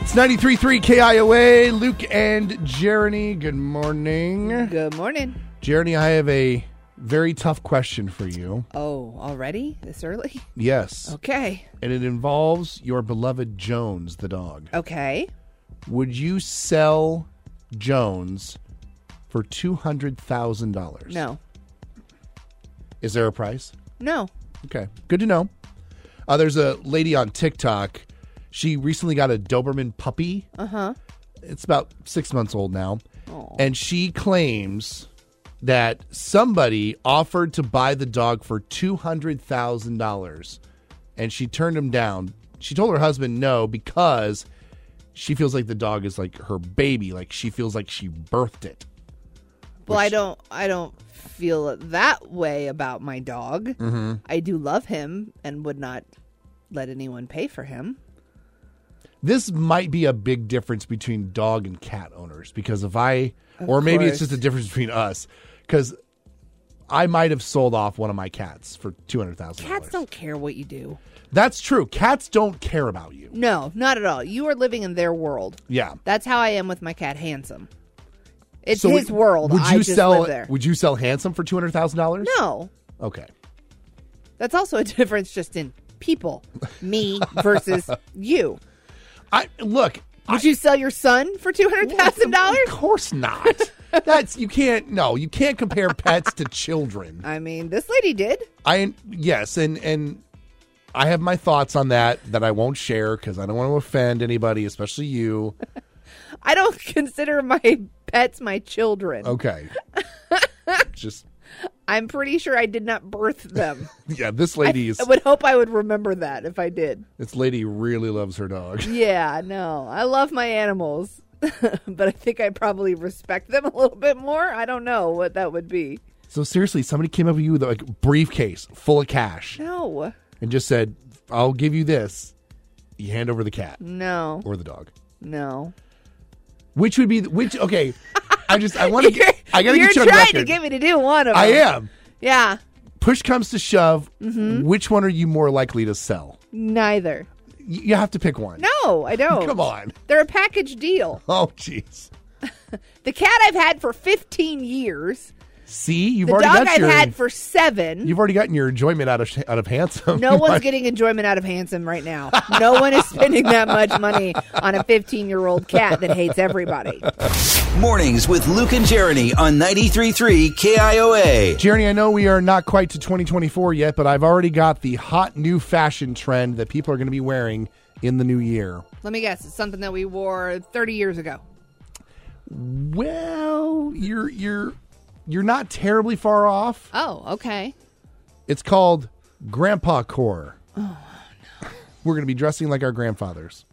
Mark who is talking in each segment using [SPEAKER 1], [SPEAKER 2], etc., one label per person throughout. [SPEAKER 1] It's 93.3 KIOA. Luke and Jeremy, good morning.
[SPEAKER 2] Good morning.
[SPEAKER 1] Jeremy, I have a very tough question for you.
[SPEAKER 2] Oh, already this early?
[SPEAKER 1] Yes.
[SPEAKER 2] Okay.
[SPEAKER 1] And it involves your beloved Jones, the dog.
[SPEAKER 2] Okay.
[SPEAKER 1] Would you sell Jones for $200,000?
[SPEAKER 2] No.
[SPEAKER 1] Is there a price?
[SPEAKER 2] No.
[SPEAKER 1] Okay. Good to know. Uh, there's a lady on TikTok. She recently got a Doberman puppy. Uh huh. It's about six months old now. And she claims that somebody offered to buy the dog for $200,000 and she turned him down. She told her husband no because she feels like the dog is like her baby. Like she feels like she birthed it.
[SPEAKER 2] Well, I don't I don't feel that way about my dog.
[SPEAKER 1] Mm-hmm.
[SPEAKER 2] I do love him and would not let anyone pay for him.
[SPEAKER 1] this might be a big difference between dog and cat owners because if I, or maybe it's
[SPEAKER 2] course.
[SPEAKER 1] just a difference between us, because I might have sold off one of my cats for two hundred thousand.
[SPEAKER 2] Cats don't care what you do.
[SPEAKER 1] That's true. Cats don't care about you.
[SPEAKER 2] No, not at all. You are living in their world.
[SPEAKER 1] Yeah.
[SPEAKER 2] That's how I am with my cat Handsome. It's
[SPEAKER 1] So
[SPEAKER 2] his
[SPEAKER 1] would-
[SPEAKER 2] world.
[SPEAKER 1] Would you
[SPEAKER 2] I just
[SPEAKER 1] sell?
[SPEAKER 2] live there.
[SPEAKER 1] Would you sell handsome for two hundred thousand dollars?
[SPEAKER 2] no.
[SPEAKER 1] Okay.
[SPEAKER 2] That's also a difference just in people. Me versus you.
[SPEAKER 1] I look.
[SPEAKER 2] Would you sell your son for two hundred thousand dollars?
[SPEAKER 1] Of course not. That's you can't. No, you can't compare pets to children.
[SPEAKER 2] I mean, this lady did.
[SPEAKER 1] I yes, and and I have my thoughts on that that I won't share because I don't want to offend anybody, especially you.
[SPEAKER 2] I don't consider my pets my children.
[SPEAKER 1] Okay, just
[SPEAKER 2] I'm pretty sure I did not birth them.
[SPEAKER 1] yeah, this lady is
[SPEAKER 2] I would hope I would remember that if I did.
[SPEAKER 1] this lady really loves her dog.
[SPEAKER 2] Yeah, no. I love my animals, but I think I probably respect them a little bit more. I don't know what that would be.
[SPEAKER 1] So seriously, somebody came up with you with like a briefcase full of cash
[SPEAKER 2] No.
[SPEAKER 1] and just said, "I'll give you this." You hand over the cat
[SPEAKER 2] No.
[SPEAKER 1] or the dog,
[SPEAKER 2] No.
[SPEAKER 1] which would be the- which? Okay, I just I want to
[SPEAKER 2] You're,
[SPEAKER 1] get I gotta
[SPEAKER 2] you're
[SPEAKER 1] get you on
[SPEAKER 2] trying
[SPEAKER 1] record.
[SPEAKER 2] to get me to do one of them.
[SPEAKER 1] I am.
[SPEAKER 2] Yeah.
[SPEAKER 1] Push comes to shove,
[SPEAKER 2] Mm-hmm.
[SPEAKER 1] which one are you more likely to sell?
[SPEAKER 2] Neither.
[SPEAKER 1] Y- You have to pick one.
[SPEAKER 2] No, I don't.
[SPEAKER 1] Come on.
[SPEAKER 2] They're a package deal.
[SPEAKER 1] Oh, jeez.
[SPEAKER 2] The cat I've had for 15 years.
[SPEAKER 1] See, you've
[SPEAKER 2] The
[SPEAKER 1] already
[SPEAKER 2] dog
[SPEAKER 1] got
[SPEAKER 2] I've
[SPEAKER 1] your
[SPEAKER 2] had for seven.
[SPEAKER 1] you've already gotten your enjoyment out of sh- out of handsome.
[SPEAKER 2] No one's getting enjoyment out of handsome right now. No one is spending that much money on a 15 year old cat that hates everybody.
[SPEAKER 3] Mornings with Luke and Jeremy on 93.3 KIOA.
[SPEAKER 1] Jeremy, I know we are not quite to 2024 yet, but I've already got the hot new fashion trend that people are going to be wearing in the new year.
[SPEAKER 2] Let me guess. It's something that we wore 30 years ago.
[SPEAKER 1] Well, you're you're you're not terribly far off.
[SPEAKER 2] Oh, okay.
[SPEAKER 1] It's called grandpa core. Oh, no. We're going to be dressing like our grandfathers.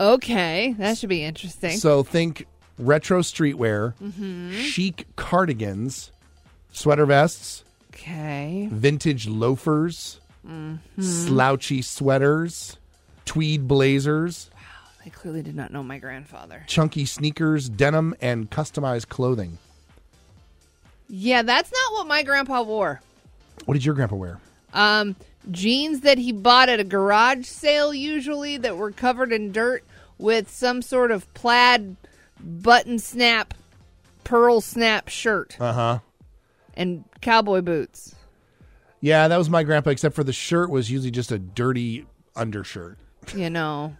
[SPEAKER 2] Okay. That should be interesting.
[SPEAKER 1] So think retro streetwear, chic cardigans, sweater vests,
[SPEAKER 2] okay.
[SPEAKER 1] vintage loafers, slouchy sweaters, tweed blazers,
[SPEAKER 2] I clearly did not know my grandfather.
[SPEAKER 1] chunky sneakers, denim, and customized clothing.
[SPEAKER 2] Yeah, that's not what my grandpa wore.
[SPEAKER 1] What did your grandpa wear?
[SPEAKER 2] Um, jeans that he bought at a garage sale, usually that were covered in dirt with some sort of plaid button snap, pearl snap shirt. Uh huh. And cowboy boots.
[SPEAKER 1] Yeah, that was my grandpa, except for the shirt was usually just a dirty undershirt.
[SPEAKER 2] You know,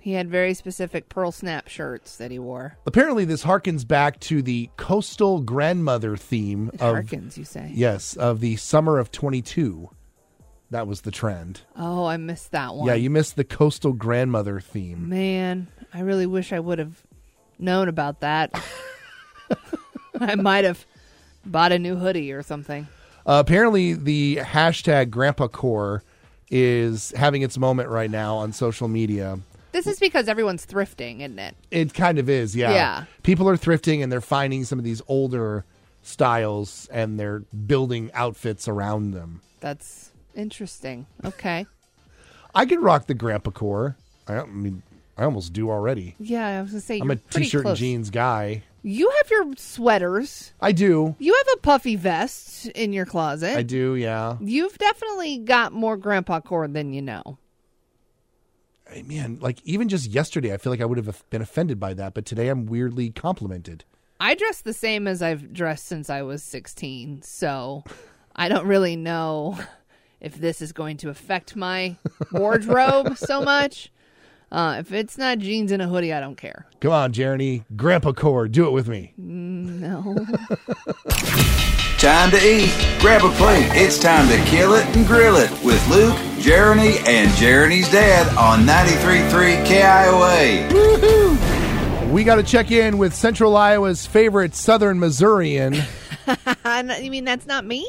[SPEAKER 2] he had very specific pearl snap shirts that he wore.
[SPEAKER 1] Apparently, this harkens back to the coastal grandmother theme of
[SPEAKER 2] Harkins, you say?
[SPEAKER 1] yes of the summer of 22. That was the trend.
[SPEAKER 2] Oh, I missed that one.
[SPEAKER 1] Yeah, you missed the coastal grandmother theme.
[SPEAKER 2] Man, I really wish I would have known about that. I might have bought a new hoodie or something.
[SPEAKER 1] Uh, apparently, the hashtag Grandpa Core is having its moment right now on social media.
[SPEAKER 2] This is because everyone's thrifting, isn't it?
[SPEAKER 1] It kind of is, yeah.
[SPEAKER 2] Yeah.
[SPEAKER 1] People are thrifting and they're finding some of these older styles and they're building outfits around them.
[SPEAKER 2] That's interesting. Okay.
[SPEAKER 1] I could rock the Grandpa Core. I, don't- I mean, I almost do already.
[SPEAKER 2] Yeah, I was gonna say
[SPEAKER 1] I'm
[SPEAKER 2] you're
[SPEAKER 1] a
[SPEAKER 2] pretty
[SPEAKER 1] t-shirt and
[SPEAKER 2] close.
[SPEAKER 1] jeans guy.
[SPEAKER 2] You have your sweaters.
[SPEAKER 1] I do.
[SPEAKER 2] You have a puffy vest in your closet.
[SPEAKER 1] I do. Yeah.
[SPEAKER 2] You've definitely got more grandpa core than you know.
[SPEAKER 1] I- man, like even just yesterday, I feel like I would have been offended by that, but today I'm weirdly complimented.
[SPEAKER 2] I dress the same as I've dressed since I was 16, so I don't really know if this is going to affect my wardrobe so much. Uh, if it's not jeans and a hoodie, I don't care.
[SPEAKER 1] Come on, Jeremy, Grandpa Core, do it with me.
[SPEAKER 2] No.
[SPEAKER 3] Time to eat. Grab a plate. It's time to kill it and grill it with Luke, Jeremy, and Jeremy's dad on 93.3 KIOA.
[SPEAKER 1] We got to check in with Central Iowa's favorite Southern Missourian.
[SPEAKER 2] And you mean that's not me?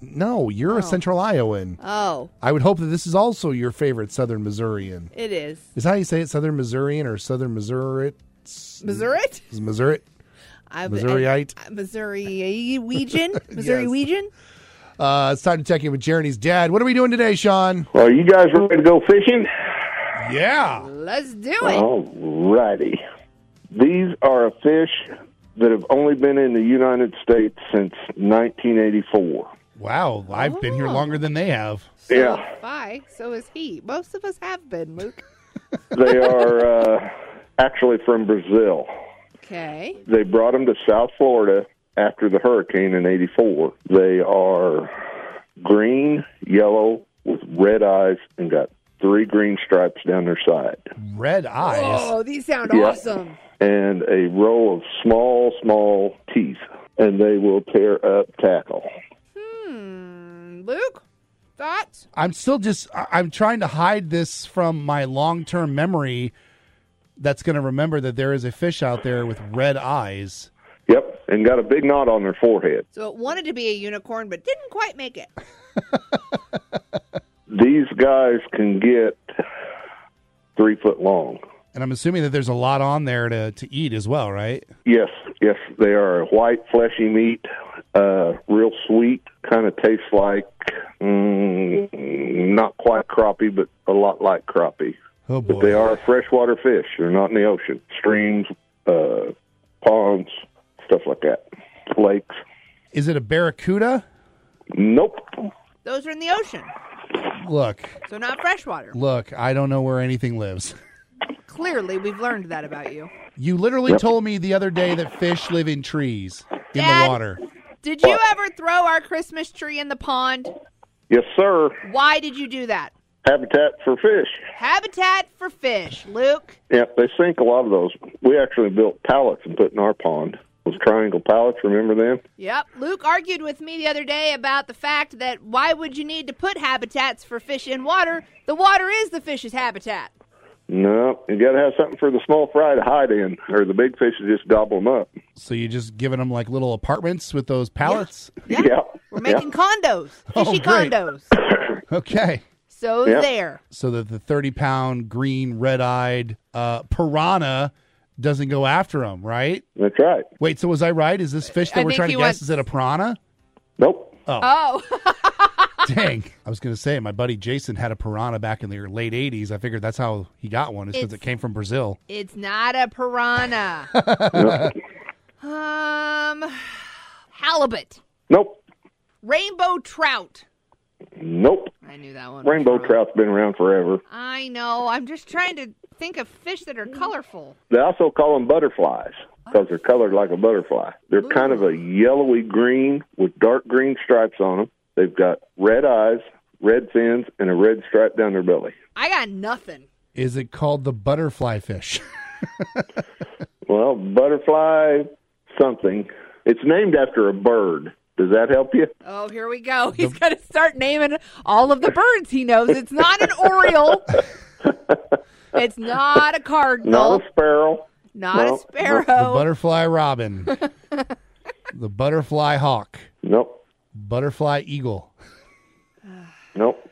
[SPEAKER 1] No, you're a Central Iowan.
[SPEAKER 2] Oh,
[SPEAKER 1] I would hope that this is also your favorite Southern Missourian.
[SPEAKER 2] it is.
[SPEAKER 1] Is that how you say it? Southern Missourian or Southern Missouri? Mm.
[SPEAKER 2] Missouri?
[SPEAKER 1] Missouri?
[SPEAKER 2] I-
[SPEAKER 1] Missouriite?
[SPEAKER 2] I- Missouri Weegian? Missouri Weegian?
[SPEAKER 1] Uh, it's time to check in with Jeremy's dad. What are we doing today, Sean?
[SPEAKER 4] Well, you guys ready to go fishing?
[SPEAKER 1] Yeah.
[SPEAKER 2] Let's do it.
[SPEAKER 4] All righty. These are a fish that have only been in the United States since 1984.
[SPEAKER 1] Wow, I've been here longer than they have.
[SPEAKER 2] So
[SPEAKER 4] yeah.
[SPEAKER 2] if I, so is he. Most of us have been, Luke.
[SPEAKER 4] They are uh, actually from Brazil.
[SPEAKER 2] Okay.
[SPEAKER 4] They brought them to South Florida after the hurricane in 84. They are green, yellow, with red eyes, and got three green stripes down their side.
[SPEAKER 1] Red eyes.
[SPEAKER 2] Oh, these sound
[SPEAKER 4] Yeah.
[SPEAKER 2] awesome.
[SPEAKER 4] and a row of small, small teeth, and they will tear up tackle.
[SPEAKER 2] Hmm. Luke, thoughts?
[SPEAKER 5] I'm still just I- I'm trying to hide this from my long term memory. That's going to remember that there is a fish out there with red eyes.
[SPEAKER 4] Yep, and got a big knot on their forehead.
[SPEAKER 2] So it wanted to be a unicorn, but didn't quite make it.
[SPEAKER 4] These guys can get three foot long.
[SPEAKER 5] And I'm assuming that there's a lot on there to, to eat as well, right?
[SPEAKER 4] Yes, yes, they are a white, fleshy meat, uh, real sweet, kind of tastes like mm, not quite crappie, but a lot like crappie.
[SPEAKER 5] Oh
[SPEAKER 4] But they
[SPEAKER 5] boy.
[SPEAKER 4] are a freshwater fish. They're not in the ocean. Streams, uh, ponds, stuff like that, lakes.
[SPEAKER 5] Is it a barracuda?
[SPEAKER 4] Nope.
[SPEAKER 2] Those are in the ocean,
[SPEAKER 5] Look,
[SPEAKER 2] so not freshwater.
[SPEAKER 5] look, I don't know where anything lives.
[SPEAKER 2] Clearly, we've learned that about you.
[SPEAKER 5] You literally told me the other day that fish live in trees in
[SPEAKER 2] Dad.
[SPEAKER 5] the water.
[SPEAKER 2] Did you ever throw our Christmas tree in the pond?
[SPEAKER 4] Yes, sir.
[SPEAKER 2] Why did you do that?
[SPEAKER 4] Habitat for fish.
[SPEAKER 2] Habitat for fish, Luke.
[SPEAKER 4] Yep, they sink a lot of those. We actually built pallets and put in our pond. Those triangle pallets, remember them?
[SPEAKER 2] Yep. Luke argued with me the other day about the fact that why would you need to put habitats for fish in water? The water is the fish's habitat.
[SPEAKER 4] No, you got to have something for the small fry to hide in, or the big fish will just gobble them up.
[SPEAKER 5] So you're just giving them like little apartments with those pallets?
[SPEAKER 2] Yeah.
[SPEAKER 4] Yeah. Oh,
[SPEAKER 2] We're making condos, fishy
[SPEAKER 5] great.
[SPEAKER 2] condos.
[SPEAKER 5] Okay.
[SPEAKER 2] So
[SPEAKER 4] Yep.
[SPEAKER 2] there.
[SPEAKER 5] so that the 30 pound green red eyed uh, piranha doesn't go after him, right?
[SPEAKER 4] That's right.
[SPEAKER 5] Wait, so was I right? Is this fish that
[SPEAKER 2] I
[SPEAKER 5] we're
[SPEAKER 2] think
[SPEAKER 5] trying
[SPEAKER 2] he
[SPEAKER 5] to guess?
[SPEAKER 2] was-
[SPEAKER 5] Is it a piranha?
[SPEAKER 4] Nope.
[SPEAKER 2] Oh,
[SPEAKER 5] Dang. I was going to say, my buddy Jason had a piranha back in the late 80s. I figured that's how he got one, is because
[SPEAKER 2] It's-
[SPEAKER 5] it came from Brazil.
[SPEAKER 2] it's not a piranha. um, halibut,
[SPEAKER 4] Nope.
[SPEAKER 2] rainbow trout.
[SPEAKER 4] Nope.
[SPEAKER 2] I knew that one. was
[SPEAKER 4] Rainbow
[SPEAKER 2] wrong.
[SPEAKER 4] trout's been around forever.
[SPEAKER 2] I know. I'm just trying to think of fish that are colorful.
[SPEAKER 4] They also call them butterflies because they're colored like a butterfly. They're kind of a yellowy green with dark green stripes on them. They've got red eyes, red fins, and a red stripe down their belly.
[SPEAKER 2] I got nothing.
[SPEAKER 5] Is it called the butterfly fish?
[SPEAKER 4] Well, butterfly something. It's named after a bird. Does that help you?
[SPEAKER 2] Oh, here we go. He's going to start naming all of the birds he knows. It's not an oriole. It's not a cardinal.
[SPEAKER 4] Not a sparrow.
[SPEAKER 2] Not
[SPEAKER 4] no,
[SPEAKER 2] a
[SPEAKER 4] no.
[SPEAKER 2] sparrow.
[SPEAKER 5] The butterfly robin, the butterfly hawk,
[SPEAKER 4] Nope.
[SPEAKER 5] butterfly eagle,
[SPEAKER 4] Nope.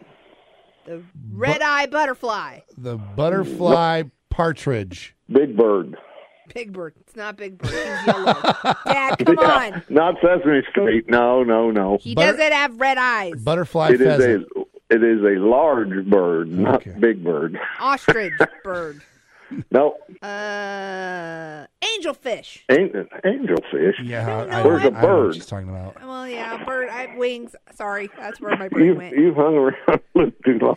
[SPEAKER 2] the red eye butterfly.
[SPEAKER 5] the butterfly partridge.
[SPEAKER 4] Big bird.
[SPEAKER 2] Big bird. It's not big bird. He's yellow. Dad, come on.
[SPEAKER 4] Not Sesame Street. No, no, no.
[SPEAKER 2] He
[SPEAKER 5] Butter-
[SPEAKER 2] doesn't have red eyes.
[SPEAKER 5] Butterfly
[SPEAKER 4] It is
[SPEAKER 5] pheasant.
[SPEAKER 4] a it is a large bird, not
[SPEAKER 5] Okay.
[SPEAKER 4] big bird.
[SPEAKER 2] Ostrich bird.
[SPEAKER 4] Nope.
[SPEAKER 2] Uh,
[SPEAKER 6] Angelfish.
[SPEAKER 4] Ain't an angelfish.
[SPEAKER 5] Yeah,
[SPEAKER 6] I don't know
[SPEAKER 5] I,
[SPEAKER 6] Where's
[SPEAKER 5] I
[SPEAKER 6] the
[SPEAKER 5] know what
[SPEAKER 4] bird?
[SPEAKER 5] she's talking about.
[SPEAKER 6] Well, yeah, bird. I have wings. Sorry, that's where my brain
[SPEAKER 4] You
[SPEAKER 6] went.
[SPEAKER 4] you hung around a little too long.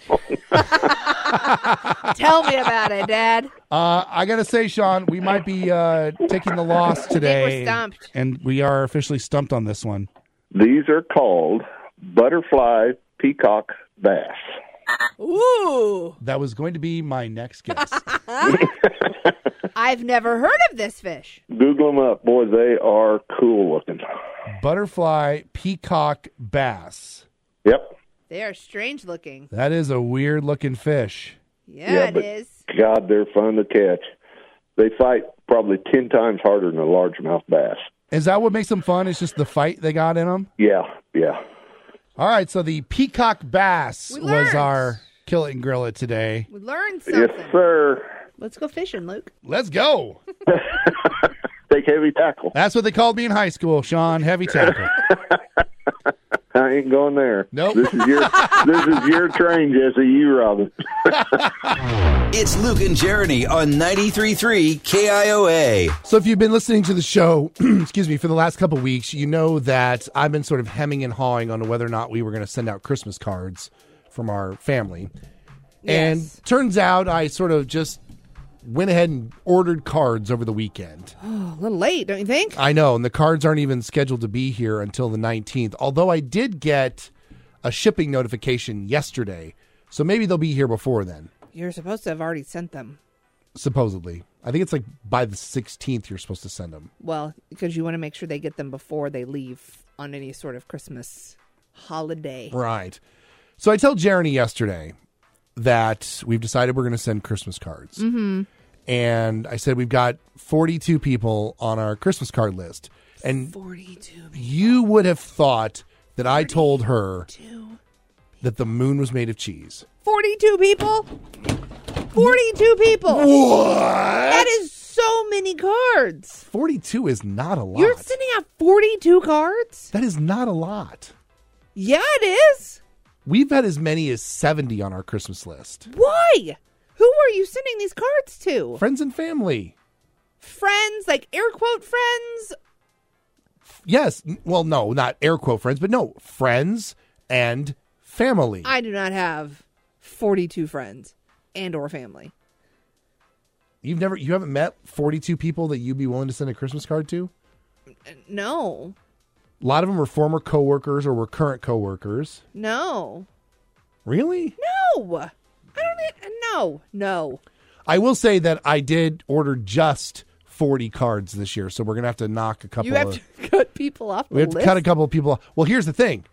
[SPEAKER 6] Tell me about it, Dad.
[SPEAKER 5] Uh, I gotta say, Sean, we might be uh, taking the loss today.
[SPEAKER 2] stumped.
[SPEAKER 5] and we are officially stumped on this one.
[SPEAKER 4] These are called butterfly peacock bass.
[SPEAKER 6] Ooh,
[SPEAKER 5] That was going to be my next guess.
[SPEAKER 6] I've never heard of this fish.
[SPEAKER 4] Google them up, boy. They are cool looking.
[SPEAKER 5] Butterfly peacock bass.
[SPEAKER 4] Yep.
[SPEAKER 2] They are strange looking.
[SPEAKER 5] That is a weird looking fish.
[SPEAKER 6] Yeah,
[SPEAKER 4] Yeah,
[SPEAKER 6] it
[SPEAKER 4] but-
[SPEAKER 6] is.
[SPEAKER 4] God, they're fun to catch. They fight probably ten times harder than a largemouth bass.
[SPEAKER 5] Is that what makes them fun? It's just the fight they got in them.
[SPEAKER 4] Yeah, yeah.
[SPEAKER 5] All right, so the peacock bass
[SPEAKER 2] We
[SPEAKER 5] was
[SPEAKER 2] learned.
[SPEAKER 5] our kill it and grill it today.
[SPEAKER 2] We learned
[SPEAKER 4] Yes,
[SPEAKER 2] something.
[SPEAKER 4] sir.
[SPEAKER 2] Let's go fishing, Luke.
[SPEAKER 5] Let's go.
[SPEAKER 4] Take heavy tackle.
[SPEAKER 5] That's what they called me in high school, Sean. Heavy tackle.
[SPEAKER 4] I ain't going there.
[SPEAKER 5] Nope.
[SPEAKER 4] This is your this is your train, Jesse. You, Robin.
[SPEAKER 3] It's Luke and Jeremy on 93.3 KIOA.
[SPEAKER 1] So, if you've been listening to the show, excuse me, for the last couple weeks, you know that I've been sort of hemming and hawing on whether or not we were going to send out Christmas cards from our family.
[SPEAKER 2] Yes.
[SPEAKER 1] And turns out I sort of just went ahead and ordered cards over the weekend.
[SPEAKER 2] A little late, don't you think?
[SPEAKER 1] I know, and the cards aren't even scheduled to be here until the 19th. Although I did get a shipping notification yesterday, so maybe they'll be here before then,
[SPEAKER 2] You're supposed to have already sent them.
[SPEAKER 1] supposedly. I think it's like by the 16th you're supposed to send them.
[SPEAKER 2] Well, because you want to make sure they get them before they leave on any sort of Christmas holiday.
[SPEAKER 1] Right. So I tell Jeremy yesterday that we've decided we're going to send Christmas cards. Mm-hmm. And I said we've got 42 people on our Christmas card list. And
[SPEAKER 2] 42.
[SPEAKER 1] you would have thought that I told her that the moon was made of cheese.
[SPEAKER 2] 42 people? 42 people.
[SPEAKER 1] What?
[SPEAKER 2] That is so many cards.
[SPEAKER 1] 42 is not a lot.
[SPEAKER 2] You're sending out 42 cards?
[SPEAKER 1] that is not a lot.
[SPEAKER 2] Yeah, it is.
[SPEAKER 1] We've had as many as 70 on our Christmas list.
[SPEAKER 2] Why? Who are you sending these cards to?
[SPEAKER 1] Friends and family.
[SPEAKER 2] Friends, like air quote friends?
[SPEAKER 1] Yes. n- Well, no, not air quote friends, but no, friends and family.
[SPEAKER 2] I do not have 42 friends and or family.
[SPEAKER 1] You've never, you haven't met 42 people that you'd be willing to send a Christmas card to?
[SPEAKER 2] No.
[SPEAKER 1] A lot of them were former coworkers or were current coworkers.
[SPEAKER 2] No.
[SPEAKER 1] Really?
[SPEAKER 2] No. I don't e- no. No.
[SPEAKER 1] I will say that I did order just 40 cards this year, so we're going to have to knock a couple
[SPEAKER 2] You have
[SPEAKER 1] of
[SPEAKER 2] to cut people off the
[SPEAKER 1] We have
[SPEAKER 2] list.
[SPEAKER 1] to cut a couple of people. off. Well, here's the thing.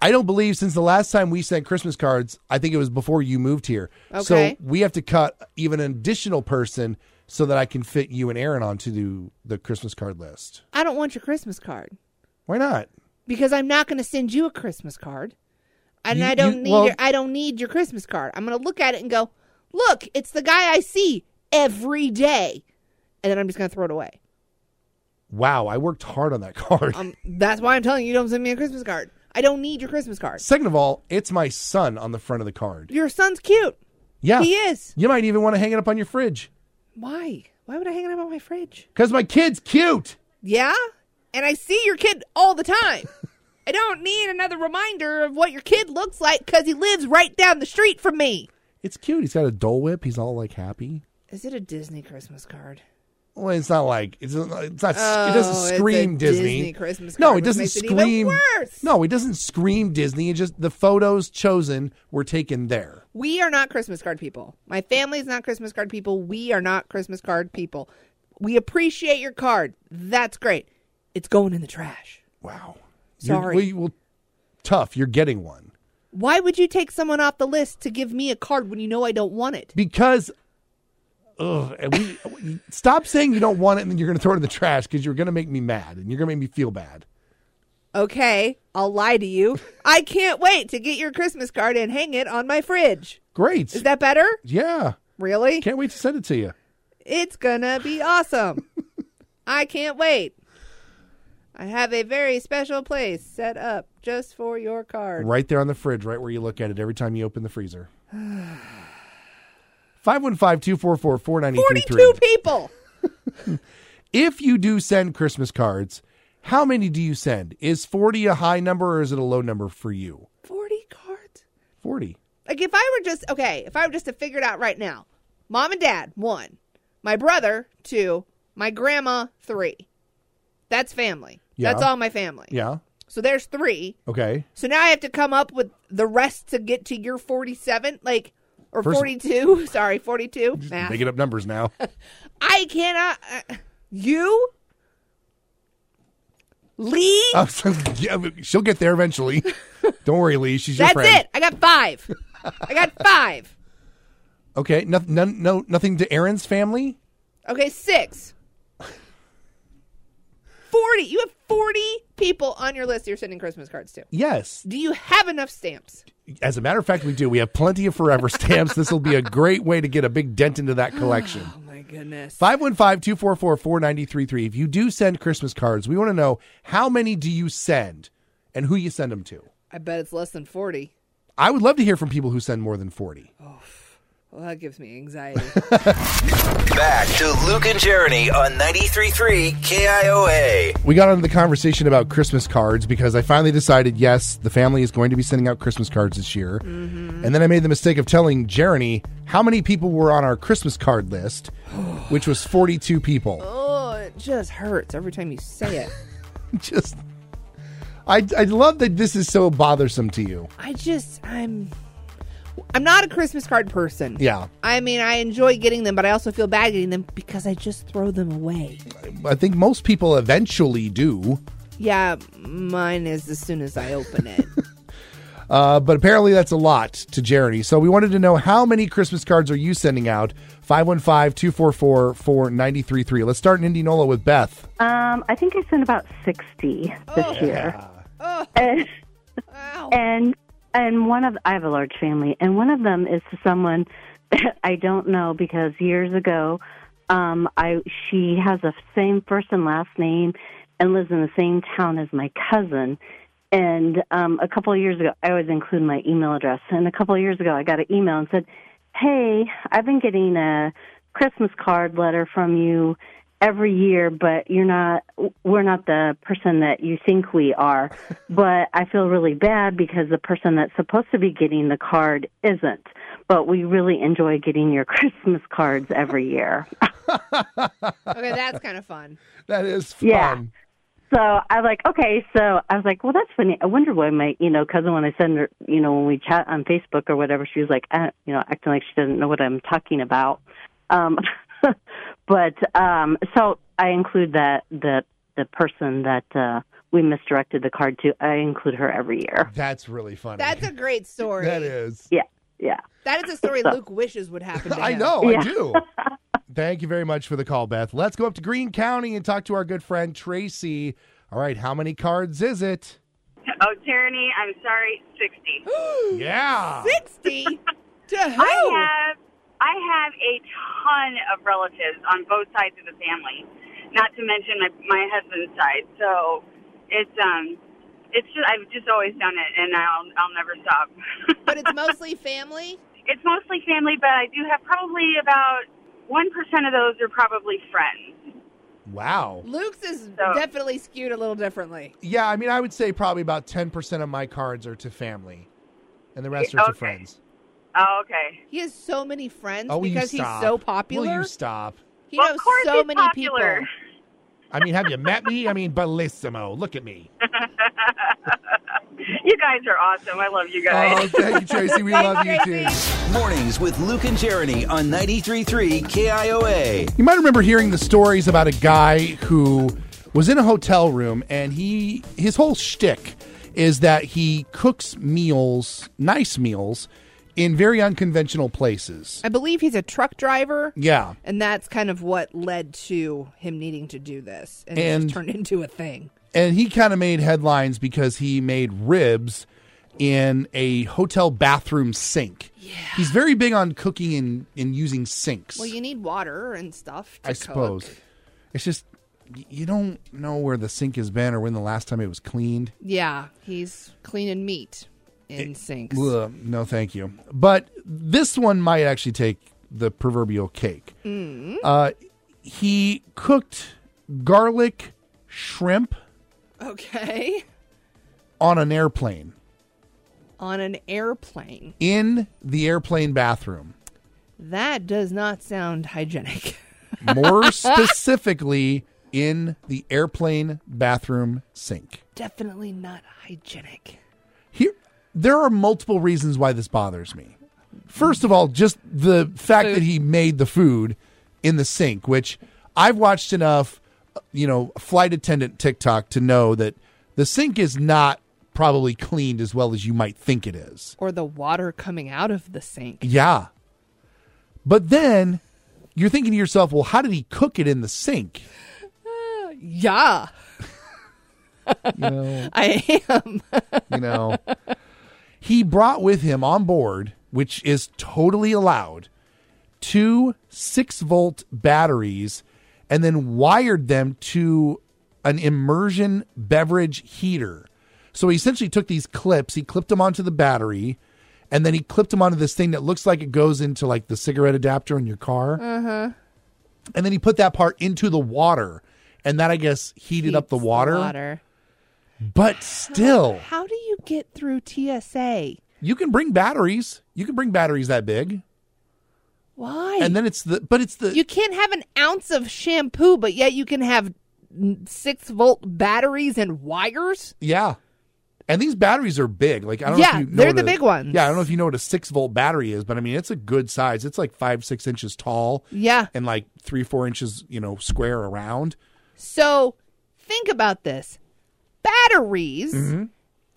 [SPEAKER 1] I don't believe since the last time we sent Christmas cards, I think it was before you moved here. So
[SPEAKER 2] Okay.
[SPEAKER 1] we have to cut even an additional person so that I can fit you and Aaron onto the, the Christmas card list.
[SPEAKER 2] I don't want your Christmas card
[SPEAKER 1] Why not?
[SPEAKER 2] because I'm not going to send you a Christmas card. And
[SPEAKER 1] You-
[SPEAKER 2] I don't
[SPEAKER 1] you-
[SPEAKER 2] need
[SPEAKER 1] well-
[SPEAKER 2] your I don't need your Christmas card. I'm going to look at it and go, "Look, it's the guy I see every day." And then I'm just going to throw it away.
[SPEAKER 1] Wow, I worked hard on that card.
[SPEAKER 2] Um that's why I'm telling you don't send me a Christmas card. I don't need your Christmas card.
[SPEAKER 1] Second of all, it's my son on the front of the card.
[SPEAKER 2] Your son's cute.
[SPEAKER 1] Yeah.
[SPEAKER 2] He is.
[SPEAKER 1] You might even want to hang it up on your fridge
[SPEAKER 2] Why? Why would I hang it up on my fridge?
[SPEAKER 1] because my kid's cute.
[SPEAKER 2] Yeah? And I see your kid all the time. I don't need another reminder of what your kid looks like cuz he lives right down the street from me.
[SPEAKER 1] It's cute. He's got a Dole Whip. He's all like happy.
[SPEAKER 2] Is it a Disney Christmas card?
[SPEAKER 1] Well, it's not like it's not. It's not it
[SPEAKER 2] Oh,
[SPEAKER 1] doesn't
[SPEAKER 2] it's
[SPEAKER 1] scream
[SPEAKER 2] a
[SPEAKER 1] Disney.
[SPEAKER 2] Disney Christmas
[SPEAKER 1] no,
[SPEAKER 2] card,
[SPEAKER 1] it
[SPEAKER 2] which
[SPEAKER 1] doesn't
[SPEAKER 2] makes it even
[SPEAKER 1] scream.
[SPEAKER 2] worse.
[SPEAKER 1] No, it doesn't scream Disney. It just the photos chosen were taken there.
[SPEAKER 2] We are not Christmas card people. My family's not Christmas card people. We are not Christmas card people. We appreciate your card. That's great. It's going in the trash.
[SPEAKER 1] Wow.
[SPEAKER 2] Sorry.
[SPEAKER 1] You're, well, you- well, tough. You're getting one
[SPEAKER 2] Why would you take someone off the list to give me a card when you know I don't want it?
[SPEAKER 1] because. Ugh, and we, we- stop saying you don't want it and then you're going to throw it in the trash because you're going to make me mad and you're going to make me feel bad.
[SPEAKER 2] Okay, I'll lie to you. I can't wait to get your Christmas card and hang it on my fridge.
[SPEAKER 1] Great.
[SPEAKER 2] Is that better?
[SPEAKER 1] yeah.
[SPEAKER 2] Really?
[SPEAKER 1] Can't wait to send it to you.
[SPEAKER 2] It's gonna be awesome. I can't wait. I have a very special place set up just for your card.
[SPEAKER 1] Right there on the fridge, right where you look at it every time you open the freezer. 515 244
[SPEAKER 2] 42 people.
[SPEAKER 1] if you do send Christmas cards, how many do you send? Is 40 a high number or is it a low number for you?
[SPEAKER 2] 40 cards?
[SPEAKER 1] 40.
[SPEAKER 2] Like if I were just okay, if I were just to figure it out right now, mom and dad one, my brother two, my grandma three. That's family.
[SPEAKER 1] Yeah.
[SPEAKER 2] That's all my family.
[SPEAKER 1] Yeah.
[SPEAKER 2] So there's three.
[SPEAKER 1] Okay.
[SPEAKER 2] So now I have to come up with the rest to get to your 47, like or
[SPEAKER 1] First-
[SPEAKER 2] 42. Sorry, 42. Math.
[SPEAKER 1] Making up numbers now.
[SPEAKER 2] I cannot. Uh, you, Lee.
[SPEAKER 1] I was like, yeah, but she'll get there eventually. Don't worry, Lee. She's your
[SPEAKER 2] That's
[SPEAKER 1] friend.
[SPEAKER 2] it. I got five. I got five.
[SPEAKER 1] Okay. No, none, no, nothing to Aaron's family.
[SPEAKER 2] Okay, six. 40. You have 40 people on your list you're sending Christmas cards to.
[SPEAKER 1] Yes.
[SPEAKER 2] Do you have enough stamps?
[SPEAKER 1] As a matter of fact, we do. We have plenty of forever stamps. this will be a great way to get a big dent into that collection.
[SPEAKER 2] Oh my goodness.
[SPEAKER 1] 515 244 4933. If you do send Christmas cards, we want to know how many do you send and who you send them to.
[SPEAKER 2] I bet it's less than 40.
[SPEAKER 1] I would love to hear from people who send more than 40.
[SPEAKER 2] Well, that gives me anxiety.
[SPEAKER 7] Back to Luke and Jeremy on 93.3 KIOA.
[SPEAKER 1] We got into the conversation about Christmas cards because I finally decided yes, the family is going to be sending out Christmas cards this year. And then I made the mistake of telling Jeremy how many people were on our Christmas card list, which was 42 people.
[SPEAKER 2] oh, it just hurts every time you say it.
[SPEAKER 1] Just. I, I love that this is so bothersome to you.
[SPEAKER 2] I just I'm I'm not a Christmas card person.
[SPEAKER 1] Yeah.
[SPEAKER 2] I mean, I enjoy getting them, but I also feel bad getting them because I just throw them away.
[SPEAKER 1] I think most people eventually do.
[SPEAKER 2] Yeah, mine is as soon as I open it.
[SPEAKER 1] Uh, but apparently that's a lot to Jeremy. So we wanted to know how many Christmas cards are you sending out? 515-244-4933. Let's start in Indianola with Beth.
[SPEAKER 8] Um, I think I sent about sixty this year, and,
[SPEAKER 2] wow.
[SPEAKER 8] and and one of I have a large family, and one of them is to someone that I don't know because years ago, um, I she has the same first and last name and lives in the same town as my cousin. And um, a couple of years ago, I always include my email address. And a couple of years ago, I got an email and said, "Hey, I've been getting a Christmas card letter from you every year, but you're not. We're not the person that you think we are. but I feel really bad because the person that's supposed to be getting the card isn't. But we really enjoy getting your Christmas cards every year.
[SPEAKER 2] Okay, that's kind of fun.
[SPEAKER 1] That is fun.
[SPEAKER 8] Yeah. So I was like, okay. So I was like, well, that's funny. I wonder why my, you know, cousin when I send her, you know, when we chat on Facebook or whatever, she was like, uh, you know, acting like she doesn't know what I'm talking about. Um, but um, so I include that that the person that uh, we misdirected the card to. I include her every year.
[SPEAKER 1] That's really funny.
[SPEAKER 2] That's a great story.
[SPEAKER 1] that is.
[SPEAKER 8] Yeah, yeah.
[SPEAKER 2] That is a story Luke wishes would happen to him.
[SPEAKER 1] I know, I
[SPEAKER 8] Yeah.
[SPEAKER 1] do. Thank you very much for the call, Beth. Let's go up to Greene County and talk to our good friend Tracy. All right, how many cards is it?
[SPEAKER 9] Oh, Tyranny, I'm sorry, 60.
[SPEAKER 1] Yeah.
[SPEAKER 2] 60 to who?
[SPEAKER 9] I have I have a ton of relatives on both sides of the family, not to mention my, my husband's side. So it's um it's just I've just always done it and I'll I'll never stop.
[SPEAKER 2] But it's mostly family.
[SPEAKER 9] it's mostly family, but I do have probably about 1% of those are probably friends.
[SPEAKER 1] Wow.
[SPEAKER 2] Luke's is
[SPEAKER 9] So-
[SPEAKER 2] definitely skewed a little differently.
[SPEAKER 1] Yeah, I mean, I would say probably about 10% of my cards are to family, and the rest are to
[SPEAKER 9] Okay.
[SPEAKER 1] friends.
[SPEAKER 9] Oh, okay.
[SPEAKER 2] He has so many friends
[SPEAKER 1] Oh, will you
[SPEAKER 2] because he's
[SPEAKER 1] stop?
[SPEAKER 2] so popular.
[SPEAKER 1] Will you stop?
[SPEAKER 2] He
[SPEAKER 9] Well,
[SPEAKER 2] knows
[SPEAKER 9] of course
[SPEAKER 2] so
[SPEAKER 9] he's
[SPEAKER 2] many
[SPEAKER 9] popular.
[SPEAKER 2] people.
[SPEAKER 1] I mean, have you met me? I mean, bellissimo. Look at me.
[SPEAKER 9] You guys are awesome. I love you guys.
[SPEAKER 1] Oh, thank you, Tracy. We love you too.
[SPEAKER 7] Mornings with Luke and Jeremy on 93.3 KIOA.
[SPEAKER 1] You might remember hearing the stories about a guy who was in a hotel room, and he his whole shtick is that he cooks meals, nice meals, in very unconventional places.
[SPEAKER 2] I believe he's a truck driver.
[SPEAKER 1] Yeah.
[SPEAKER 2] And that's kind of what led to him needing to do this and, it's
[SPEAKER 1] And-
[SPEAKER 2] turned into a thing.
[SPEAKER 1] and he kind of made headlines because he made ribs in a hotel bathroom sink. Yeah. He's very big on cooking and, and using sinks.
[SPEAKER 2] Well, you need water and stuff. To
[SPEAKER 1] I suppose.
[SPEAKER 2] cook.
[SPEAKER 1] It's just y- you don't know where the sink has been or when the last time it was cleaned.
[SPEAKER 2] Yeah, he's cleaning meat in sinks.
[SPEAKER 1] Ugh, no, thank you.
[SPEAKER 2] Mm.
[SPEAKER 1] But this one might actually take the proverbial cake. Uh, he cooked garlic shrimp
[SPEAKER 2] Okay.
[SPEAKER 1] on an airplane
[SPEAKER 2] On an airplane.
[SPEAKER 1] in the airplane bathroom.
[SPEAKER 2] That does not sound hygienic.
[SPEAKER 1] More specifically, in the airplane bathroom sink.
[SPEAKER 2] Definitely not hygienic.
[SPEAKER 1] Here, there are multiple reasons why this bothers me. First of all, just the fact that he made the food in the sink, which I've watched enough, you know, flight attendant TikTok to know that the sink is not probably cleaned as well as you might think it is.
[SPEAKER 2] Or the water coming out of the sink.
[SPEAKER 1] Yeah. But then you're thinking to yourself, well, how did he cook it in the sink?
[SPEAKER 2] Yeah. I am.
[SPEAKER 1] you know. he brought with him on board, which is totally allowed, two six volt batteries and then wired them to an immersion beverage heater. So he essentially took these clips, he clipped them onto the battery, and then he clipped them onto this thing that looks like it goes into like the cigarette adapter in your car. Uh-huh. And then he put that part into the water. And that I guess heated up the
[SPEAKER 2] Heats
[SPEAKER 1] water, Oh. but still.
[SPEAKER 2] How do you get through TSA?
[SPEAKER 1] You can bring batteries. You can bring batteries that big,
[SPEAKER 2] Why?
[SPEAKER 1] and then it's the but it's the
[SPEAKER 2] you can't have an ounce of shampoo, but yet you can have mm, six volt batteries and wires.
[SPEAKER 1] yeah. And these batteries are big. Like I don't know
[SPEAKER 2] Yeah,
[SPEAKER 1] if you know
[SPEAKER 2] they're
[SPEAKER 1] what
[SPEAKER 2] the
[SPEAKER 1] a-
[SPEAKER 2] big ones.
[SPEAKER 1] Yeah, I don't know if you know what a six volt battery is, but I mean it's a good size. It's like five six inches tall
[SPEAKER 2] Yeah.
[SPEAKER 1] and like three four inches you know square around.
[SPEAKER 2] So think about this batteries
[SPEAKER 1] Mm-hmm.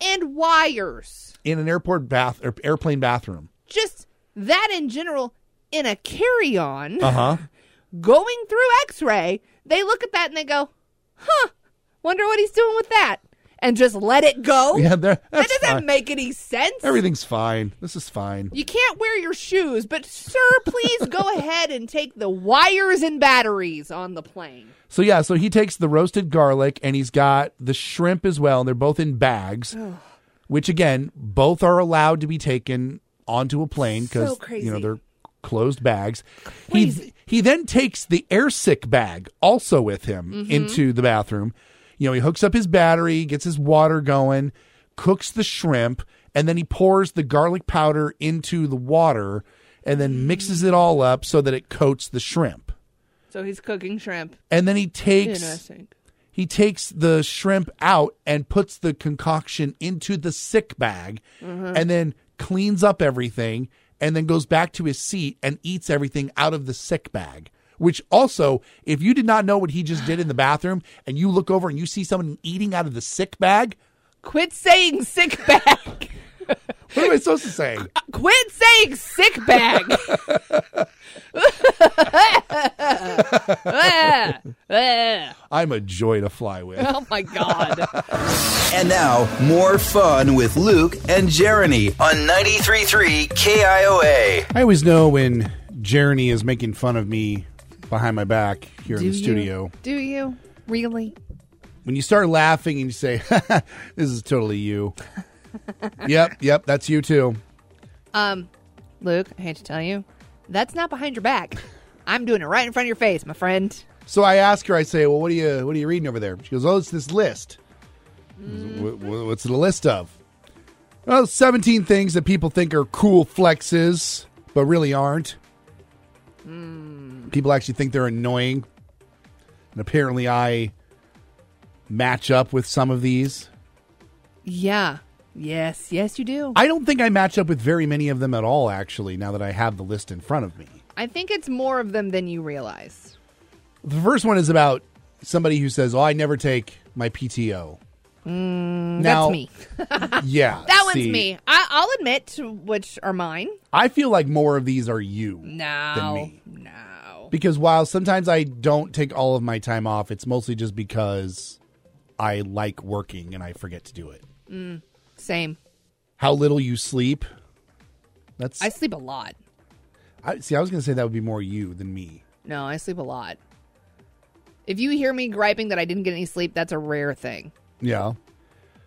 [SPEAKER 2] and wires.
[SPEAKER 1] In an airport bath or airplane bathroom.
[SPEAKER 2] Just that in general, in a carry on,
[SPEAKER 1] huh.
[SPEAKER 2] going through x ray, they look at that and they go, huh, wonder what he's doing with that. And just let it go.
[SPEAKER 1] Yeah, there.
[SPEAKER 2] that
[SPEAKER 1] That's
[SPEAKER 2] doesn't
[SPEAKER 1] fine.
[SPEAKER 2] make any sense.
[SPEAKER 1] Everything's fine. This is fine.
[SPEAKER 2] You can't wear your shoes, but sir, please go ahead and take the wires and batteries on the plane.
[SPEAKER 1] So yeah, so he takes the roasted garlic and he's got the shrimp as well, and they're both in bags, which again, both are allowed to be taken onto a plane because
[SPEAKER 2] So crazy.
[SPEAKER 1] you know they're closed bags. He
[SPEAKER 2] Crazy.
[SPEAKER 1] he then takes the airsick bag also with him
[SPEAKER 2] Mm-hmm.
[SPEAKER 1] into the bathroom. You know, he hooks up his battery, gets his water going, cooks the shrimp, and then he pours the garlic powder into the water and then mixes it all up so that it coats the shrimp.
[SPEAKER 2] So he's cooking shrimp.
[SPEAKER 1] And then he takes
[SPEAKER 2] Interesting.
[SPEAKER 1] he takes the shrimp out and puts the concoction into the sick bag and then cleans up everything and then goes back to his seat and eats everything out of the sick bag. Which also, if you did not know what he just did in the bathroom and you look over and you see someone eating out of the sick bag,
[SPEAKER 2] Quit saying sick bag.
[SPEAKER 1] what am I supposed to say?
[SPEAKER 2] Quit saying sick bag. oh
[SPEAKER 1] I'm a joy to fly with.
[SPEAKER 2] my god.
[SPEAKER 7] And now, more fun with Luke and Jeremy on 93.3 KIOA.
[SPEAKER 5] I always know when Jeremy is making fun of me behind my back here in the studio.
[SPEAKER 2] Do you really?
[SPEAKER 5] When you start laughing and you say, "This is totally you." yep, yep, that's you too.
[SPEAKER 2] Luke, I hate to tell you, that's not behind your back. I'm doing it right in front of your face, my friend.
[SPEAKER 5] So I ask her, I say, "Well, what are you what are you reading over there?" She goes, "Oh, it's this list." Wh- wh- What's the list of? Well, seventeen things that people think are cool flexes, but really aren't. People actually think they're annoying, and apparently, I match up with some of these.
[SPEAKER 2] Yeah. Yes, yes you do.
[SPEAKER 5] I don't think I match up with very many of them at all. Actually, now that I have the list in front of me,
[SPEAKER 2] I think it's more of them than you realize.
[SPEAKER 5] the first one is about somebody who says, "Oh, I never take my PTO." now,
[SPEAKER 2] Mm,
[SPEAKER 1] Oh,
[SPEAKER 2] That's me.
[SPEAKER 5] Yeah.
[SPEAKER 2] That one's
[SPEAKER 5] see,
[SPEAKER 2] me. I, I'll admit to which are mine.
[SPEAKER 5] I feel like more of these are you than
[SPEAKER 2] No,
[SPEAKER 5] me.
[SPEAKER 2] no.
[SPEAKER 5] Because while sometimes I don't take all of my time off, it's mostly just because I like working and I forget to do it.
[SPEAKER 2] Same.
[SPEAKER 5] How little you sleep. That's
[SPEAKER 2] I
[SPEAKER 5] I,
[SPEAKER 2] sleep a lot.
[SPEAKER 5] see. I was gonna say that would be more you than me.
[SPEAKER 2] No, I sleep a lot. If you hear me griping that I didn't get any sleep, that's a rare thing.
[SPEAKER 5] Yeah.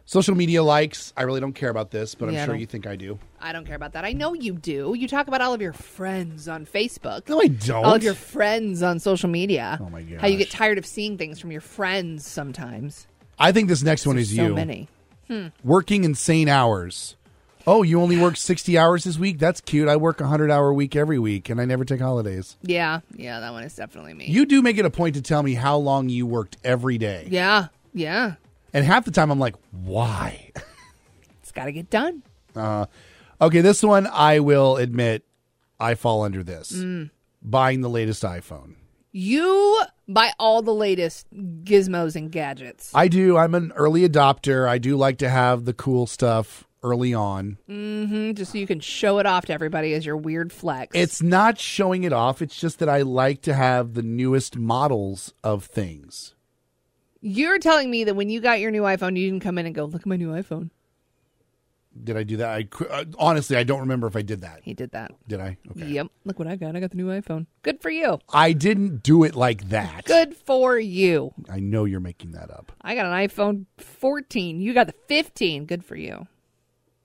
[SPEAKER 1] Social media likes. I really don't care about this, but
[SPEAKER 2] Yeah, I
[SPEAKER 1] I'm sure
[SPEAKER 2] don't-
[SPEAKER 1] you think I do.
[SPEAKER 2] I don't care about that. I know you do. You talk about all of your friends on Facebook.
[SPEAKER 1] No, I don't.
[SPEAKER 2] all of your friends on social media.
[SPEAKER 1] Oh, my
[SPEAKER 2] How you get
[SPEAKER 1] gosh.
[SPEAKER 2] tired of seeing things from your friends sometimes.
[SPEAKER 1] I think this next one is
[SPEAKER 2] so
[SPEAKER 1] you.
[SPEAKER 2] many.
[SPEAKER 1] Working insane hours. Oh, you only work 60 hours this week? That's cute. I work a 100 hour week every week and I never take holidays.
[SPEAKER 2] Yeah, yeah, that one is definitely me.
[SPEAKER 1] You do make it a point to tell me how long you worked every day.
[SPEAKER 2] yeah, yeah.
[SPEAKER 1] And half the time I'm like, why?
[SPEAKER 2] It's got to get done.
[SPEAKER 1] Okay, this one I will admit I fall under this. Buying the latest iPhone.
[SPEAKER 2] You buy all the latest gizmos and gadgets.
[SPEAKER 1] I do. I'm an early adopter. I do like to have the cool stuff early on.
[SPEAKER 2] Mm, just so you can show it off to everybody as your weird flex.
[SPEAKER 1] It's not showing it off. It's just that I like to have the newest models of things.
[SPEAKER 2] You're telling me that when you got your new iPhone, you didn't come in and go, "Look at my new iPhone."
[SPEAKER 1] Did I do that? I qu- uh, honestly, I don't remember if I did that.
[SPEAKER 2] He did that.
[SPEAKER 1] Did I? Okay.
[SPEAKER 2] Yep. Look what I got. I got the new iPhone. Good for you.
[SPEAKER 1] I didn't do it like that.
[SPEAKER 2] Good for you.
[SPEAKER 1] I know you're making that up.
[SPEAKER 2] I got an iPhone 14. You got the 15. Good for you.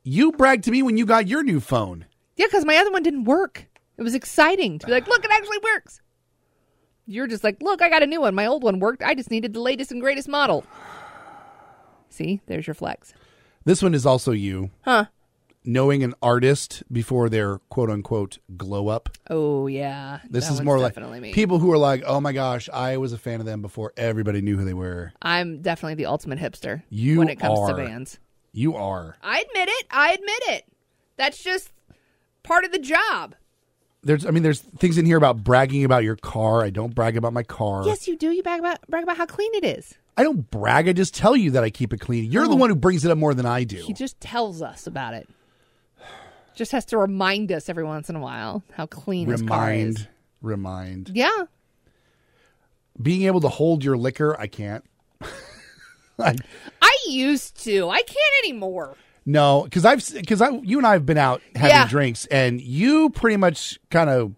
[SPEAKER 1] You bragged to me when you got your new phone.
[SPEAKER 2] Yeah, because my other one didn't work. It was exciting to be like, look, it actually works. You're just like, look, I got a new one. My old one worked. I just needed the latest and greatest model. See, there's your flex.
[SPEAKER 1] This one is also you. Huh. Knowing an artist before their quote unquote glow up.
[SPEAKER 2] Oh yeah,
[SPEAKER 1] This
[SPEAKER 2] is
[SPEAKER 1] is more like
[SPEAKER 2] definitely me.
[SPEAKER 1] people who are like, oh my gosh, I was a fan of them before everybody knew who they were.
[SPEAKER 2] I'm definitely the ultimate hipster
[SPEAKER 1] You
[SPEAKER 2] when it comes to
[SPEAKER 1] are.
[SPEAKER 2] bands.
[SPEAKER 1] You are.
[SPEAKER 2] I admit it. I admit it. That's just part of the job.
[SPEAKER 1] There's, I mean, there's things in here about bragging about your car. I don't brag about my car.
[SPEAKER 2] Yes, you do. You brag about brag about how clean it is.
[SPEAKER 1] I don't brag. I just tell you that I keep it clean. You're the one who brings it up more than I do.
[SPEAKER 2] He just tells us about it. Just has to remind us every once in a while how clean his car is.
[SPEAKER 1] remind, remind.
[SPEAKER 2] Yeah,
[SPEAKER 1] Being able to hold your liquor, I can't. I,
[SPEAKER 2] I used to. I can't anymore.
[SPEAKER 1] no, because I've because I you and I have been out having
[SPEAKER 2] Yeah.
[SPEAKER 1] drinks, and you pretty much kind of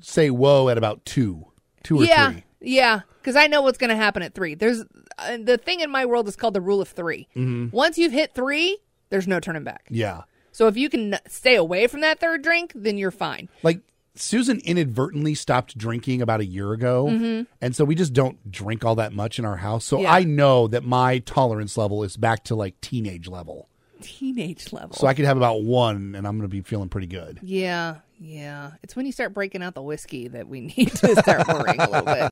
[SPEAKER 1] say whoa at about two, two or
[SPEAKER 2] yeah,
[SPEAKER 1] three.
[SPEAKER 2] yeah. Because I know what's going to happen at three. There's uh, the thing in my world is called the rule of 3
[SPEAKER 1] Mm-hmm.
[SPEAKER 2] Once you've hit three, there's no turning back.
[SPEAKER 1] Yeah,
[SPEAKER 2] So if you can stay away from that third drink, then you're fine.
[SPEAKER 1] like Susan inadvertently stopped drinking about a year ago, and so we just don't drink all that much in our house. So
[SPEAKER 2] Mm-hmm. Yeah.
[SPEAKER 1] I know that my tolerance level is back to like teenage level.
[SPEAKER 2] Teenage level.
[SPEAKER 1] So I could have about one, and I'm going to be feeling pretty good.
[SPEAKER 2] yeah, yeah. It's when you start breaking out the whiskey that we need to start worrying a little bit.